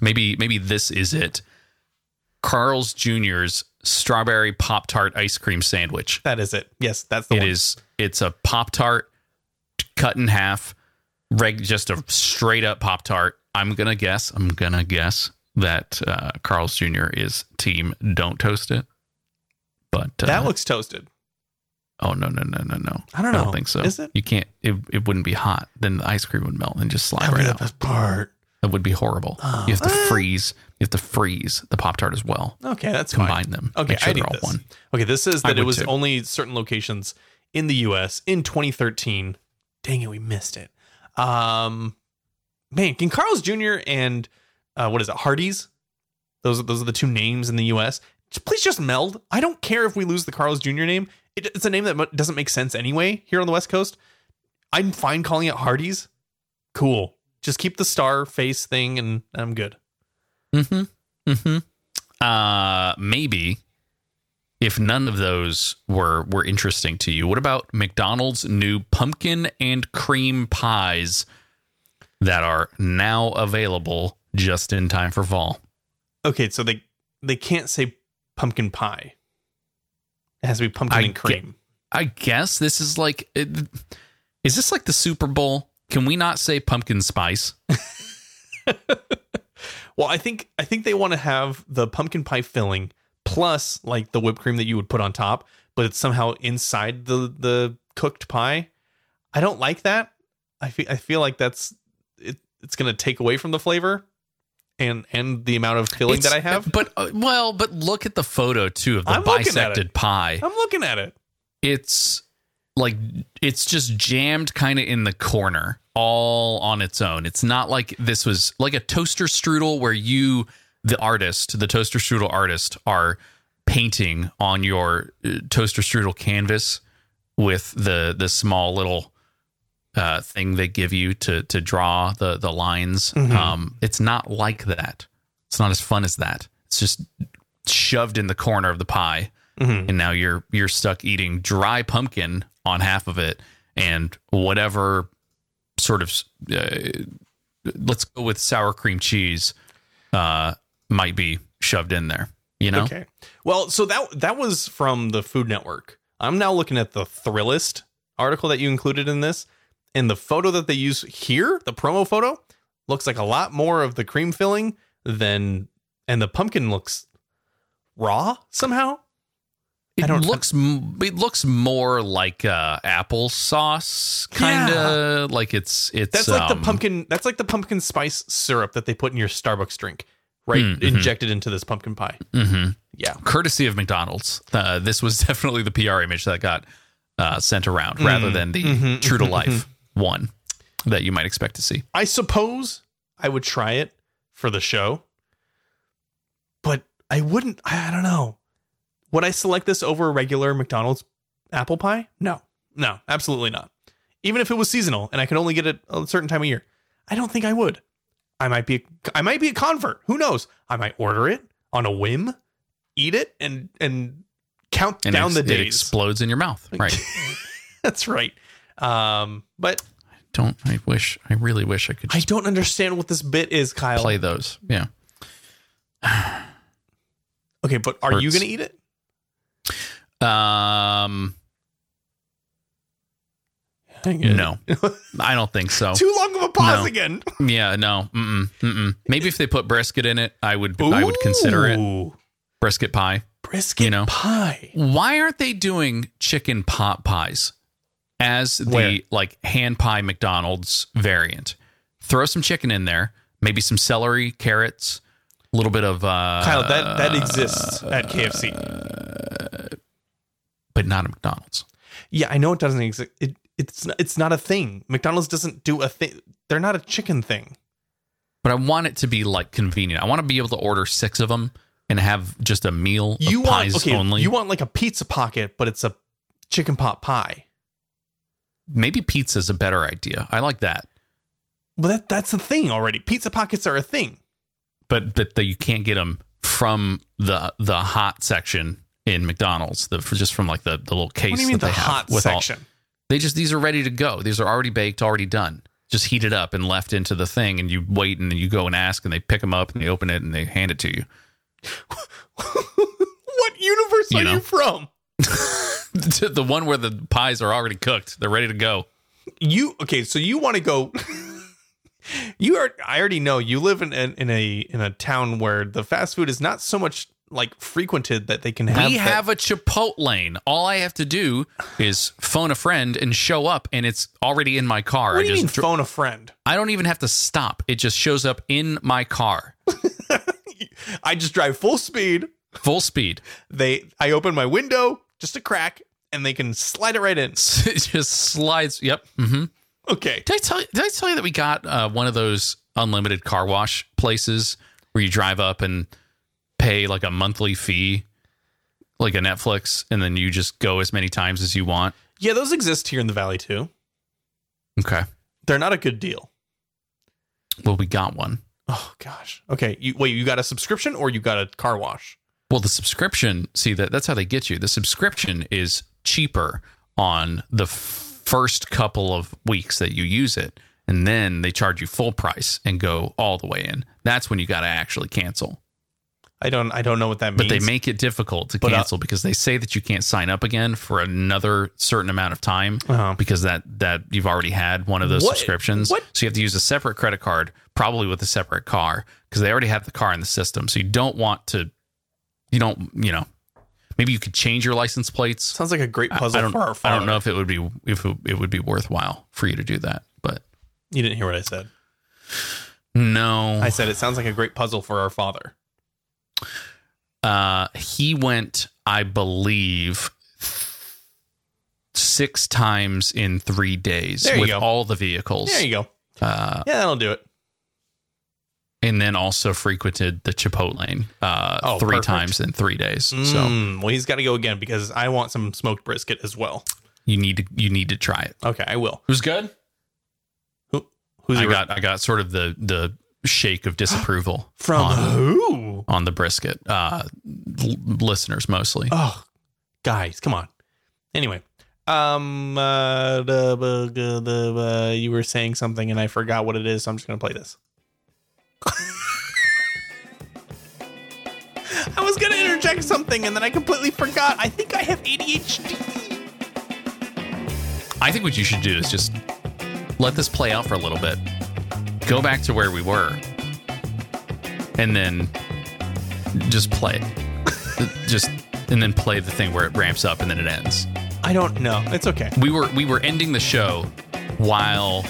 Maybe maybe this is it. Carl's Jr.'s strawberry pop tart ice cream sandwich. That is it. Yes, that's the It one. is it's a pop tart cut in half, reg just a straight up pop tart. I'm gonna guess. I'm gonna guess that uh, Carl's Jr. is team don't toast it. But uh, That looks toasted. oh no no no no no. I don't I know. don't think so. Is it? You can't. It, it wouldn't be hot. Then the ice cream would melt and just slide right out. part. That would be horrible. You have to Ah. freeze. You have to freeze the pop tart as well. Okay, that's fine. combine them. Okay, make sure I need they're all this. one. Okay, this says I that it would was too. only certain locations in the U.S. in 2013. Dang it, we missed it. Um, man, can Carl's Jr. and uh, what is it, Hardee's? Those are those are the two names in the U.S. Please just meld. I don't care if we lose the Carl's Jr. name. It, it's a name that mu- doesn't make sense anyway here on the West Coast. I'm fine calling it Hardee's. Cool. Just keep the star face thing and I'm good. Mm-hmm. Mm-hmm. Uh, maybe if none of those were were interesting to you, what about McDonald's new pumpkin and cream pies that are now available just in time for fall? Okay, so they they can't say pumpkin pie. It has to be pumpkin I and get- cream. I guess this is like, it- is this like the Super Bowl? Can we not say pumpkin spice? Well, I think I think they want to have the pumpkin pie filling plus like the whipped cream that you would put on top, but it's somehow inside the the cooked pie. I don't like that. I feel I feel like that's it, it's going to take away from the flavor and and the amount of filling that I It's- have. But uh, well, but look at the photo too of the I'm looking at it. bisected pie. I'm looking at it. It's like it's just jammed kind of in the corner all on its own. It's not like this was like a toaster strudel where you the artist, the toaster strudel artist are painting on your uh, toaster strudel canvas with the the small little uh, thing they give you to to draw the the lines. Um, it's not like that. It's not as fun as that. It's just shoved in the corner of the pie, Mm-hmm. and now you're you're stuck eating dry pumpkin on half of it, and whatever sort of uh, let's go with sour cream cheese uh, might be shoved in there. You know, Okay. Well, so that that was from the Food Network. I'm now looking at the Thrillist article that you included in this, and the photo that they use here, the promo photo, looks like a lot more of the cream filling than, and the pumpkin looks raw somehow. it don't- looks m- it looks more like uh, applesauce, kind of like it's it's That's like the um, pumpkin. That's like the pumpkin spice syrup that they put in your Starbucks drink, right? Mm, mhm. Injected into this pumpkin pie. mhm. Yeah. courtesy of McDonald's. Uh, this was definitely the PR image that got uh, sent around rather than the mhm, true to mhm, life one that you might expect to see. I suppose I would try it for the show, but I wouldn't. I I don't know. Would I select this over a regular McDonald's apple pie? No, no, absolutely not. Even if it was seasonal and I could only get it a certain time of year, I don't think I would. I might be, I might be a convert. Who knows? I might order it on a whim, eat it, and and count And down it, the ex- It days. explodes in your mouth. Right. That's right. Um, but Don't I wish I really wish I could I just don't understand what this bit is, Kyle. play those. Yeah. Okay, but are you Hurts. going to eat it? Um no. I don't think so. Too long of a pause No. again. Yeah, no. Mm-mm, mm-mm. Maybe if they put brisket in it, I would I would consider it Ooh. brisket pie. Brisket You know? pie. Why aren't they doing chicken pot pies as the Where? like hand pie McDonald's variant? Throw some chicken in there, maybe some celery, carrots, a little bit of uh, Kyle, that, that exists at KFC. but not at McDonald's. Yeah, I know it doesn't exist. It, it's, not- it's not a thing. McDonald's doesn't do a thing. They're not a chicken thing. But I want it to be like convenient. I want to be able to order six of them and have just a meal You of pies want, okay, only. you want like a pizza pocket, but it's a chicken pot pie. maybe pizza's a better idea. I like that. Well, that, that's the thing already. Pizza pockets are a thing. but but the, you can't get them from the the hot section in McDonald's. The for just from like the, the little case. What do you mean that the they have hot with all- section? they just these are ready to go. These are already baked, already done. Just heated up and left into the thing, and you wait and you go and ask, and they pick them up and they open it and they hand it to you. what universe You are know? you from? the one where the pies are already cooked, they're ready to go. you okay so you want to go you are i already know you live in, in in a in a town where the fast food is not so much like frequented that they can have we that- have a Chipotle. All I have to do is phone a friend and show up, and it's already in my car. what I do you mean just phone a friend I don't even have to stop. It just shows up in my car, i just drive full speed full speed. they i open my window just a crack and they can slide it right in it just slides. Yep. hmm okay Did I tell you? Did I tell you that we got uh, one of those unlimited car wash places where you drive up and pay like a monthly fee like a Netflix, and then you just go as many times as you want. Yeah, those exist here in the Valley too. Okay. They're not a good deal. Well, we got one. Oh gosh. Okay. You wait, you got a subscription or you got a car wash? Well, the subscription, see that that's how they get you. The subscription is cheaper on the f- first couple of weeks that you use it, and then they charge you full price and go all the way in. That's when you got to actually cancel. I don't I don't know what that But means. they make it difficult to But, uh, cancel because they say that you can't sign up again for another certain amount of time Uh-huh. because that that you've already had one of those What- subscriptions. what- So you have to use a separate credit card, probably with a separate car because they already have the car in the system. So you don't want to, you don't, you know, maybe you could change your license plates. sounds like a great I- puzzle I don't, for our I father. don't know if it would be if it- it would be worthwhile for you to do that, but You didn't hear what I said. no, I said it sounds like a great puzzle for our father. Uh, he went, I believe, six times in three days There you with go. all the vehicles. There you go. Uh, Yeah, that'll do it. and then also frequented the Chipotlane uh, Oh, three perfect. times in three days. So Mm, well, he's got to go again because I want some smoked brisket as well. you need to you need to try it. Okay, I will. It was good. Who, who's I your- got I got sort of the the shake of disapproval from on, who? on the brisket. Uh, l- listeners mostly. Oh, guys, come on. Anyway, um, uh, the, the, the, uh, you were saying something and I forgot what it is, so I'm just gonna play this. I was gonna interject something and then I completely forgot. I think I have ADHD. I think what you should do is just let this play out for a little bit. Go back to where we were. And then just play. just and then play the thing where it ramps up and then it ends. I don't know. It's okay. We were we were ending the show while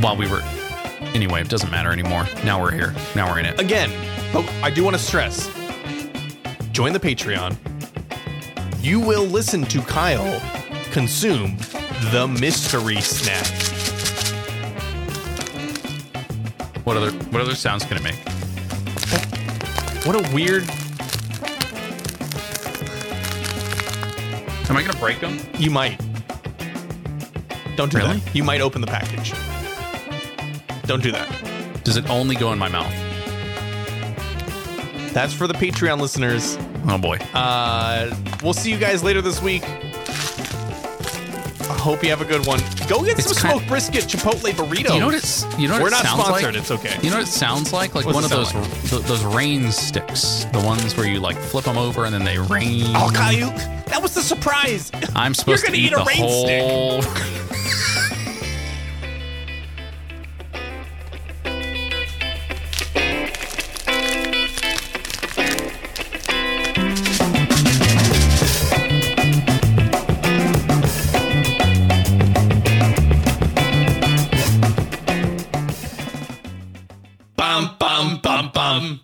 while we were anyway, it doesn't matter anymore. Now we're here. Now we're in it. again, but I do want to stress join the Patreon. You will listen to Kyle consume the mystery snack. What other what other sounds can it make? What a weird. Am I gonna break them? You might. Don't do Really? that. You might open the package. Don't do that. Does it only go in my mouth? That's for the Patreon listeners. Oh boy. Uh, we'll see you guys later this week. I hope you have a good one. Go get It's some kind- smoked brisket, Chipotle burrito. You know what it's. You know what We're it not sounds sponsored, Like? it's okay. You know what it sounds like? Like What one does of it those sound th- those rain sticks, the ones where you like flip them over and then they rain. Oh, Kyle, that was the surprise. I'm supposed gonna to eat, eat a the rain stick. whole. Bum, bum, bum, bum.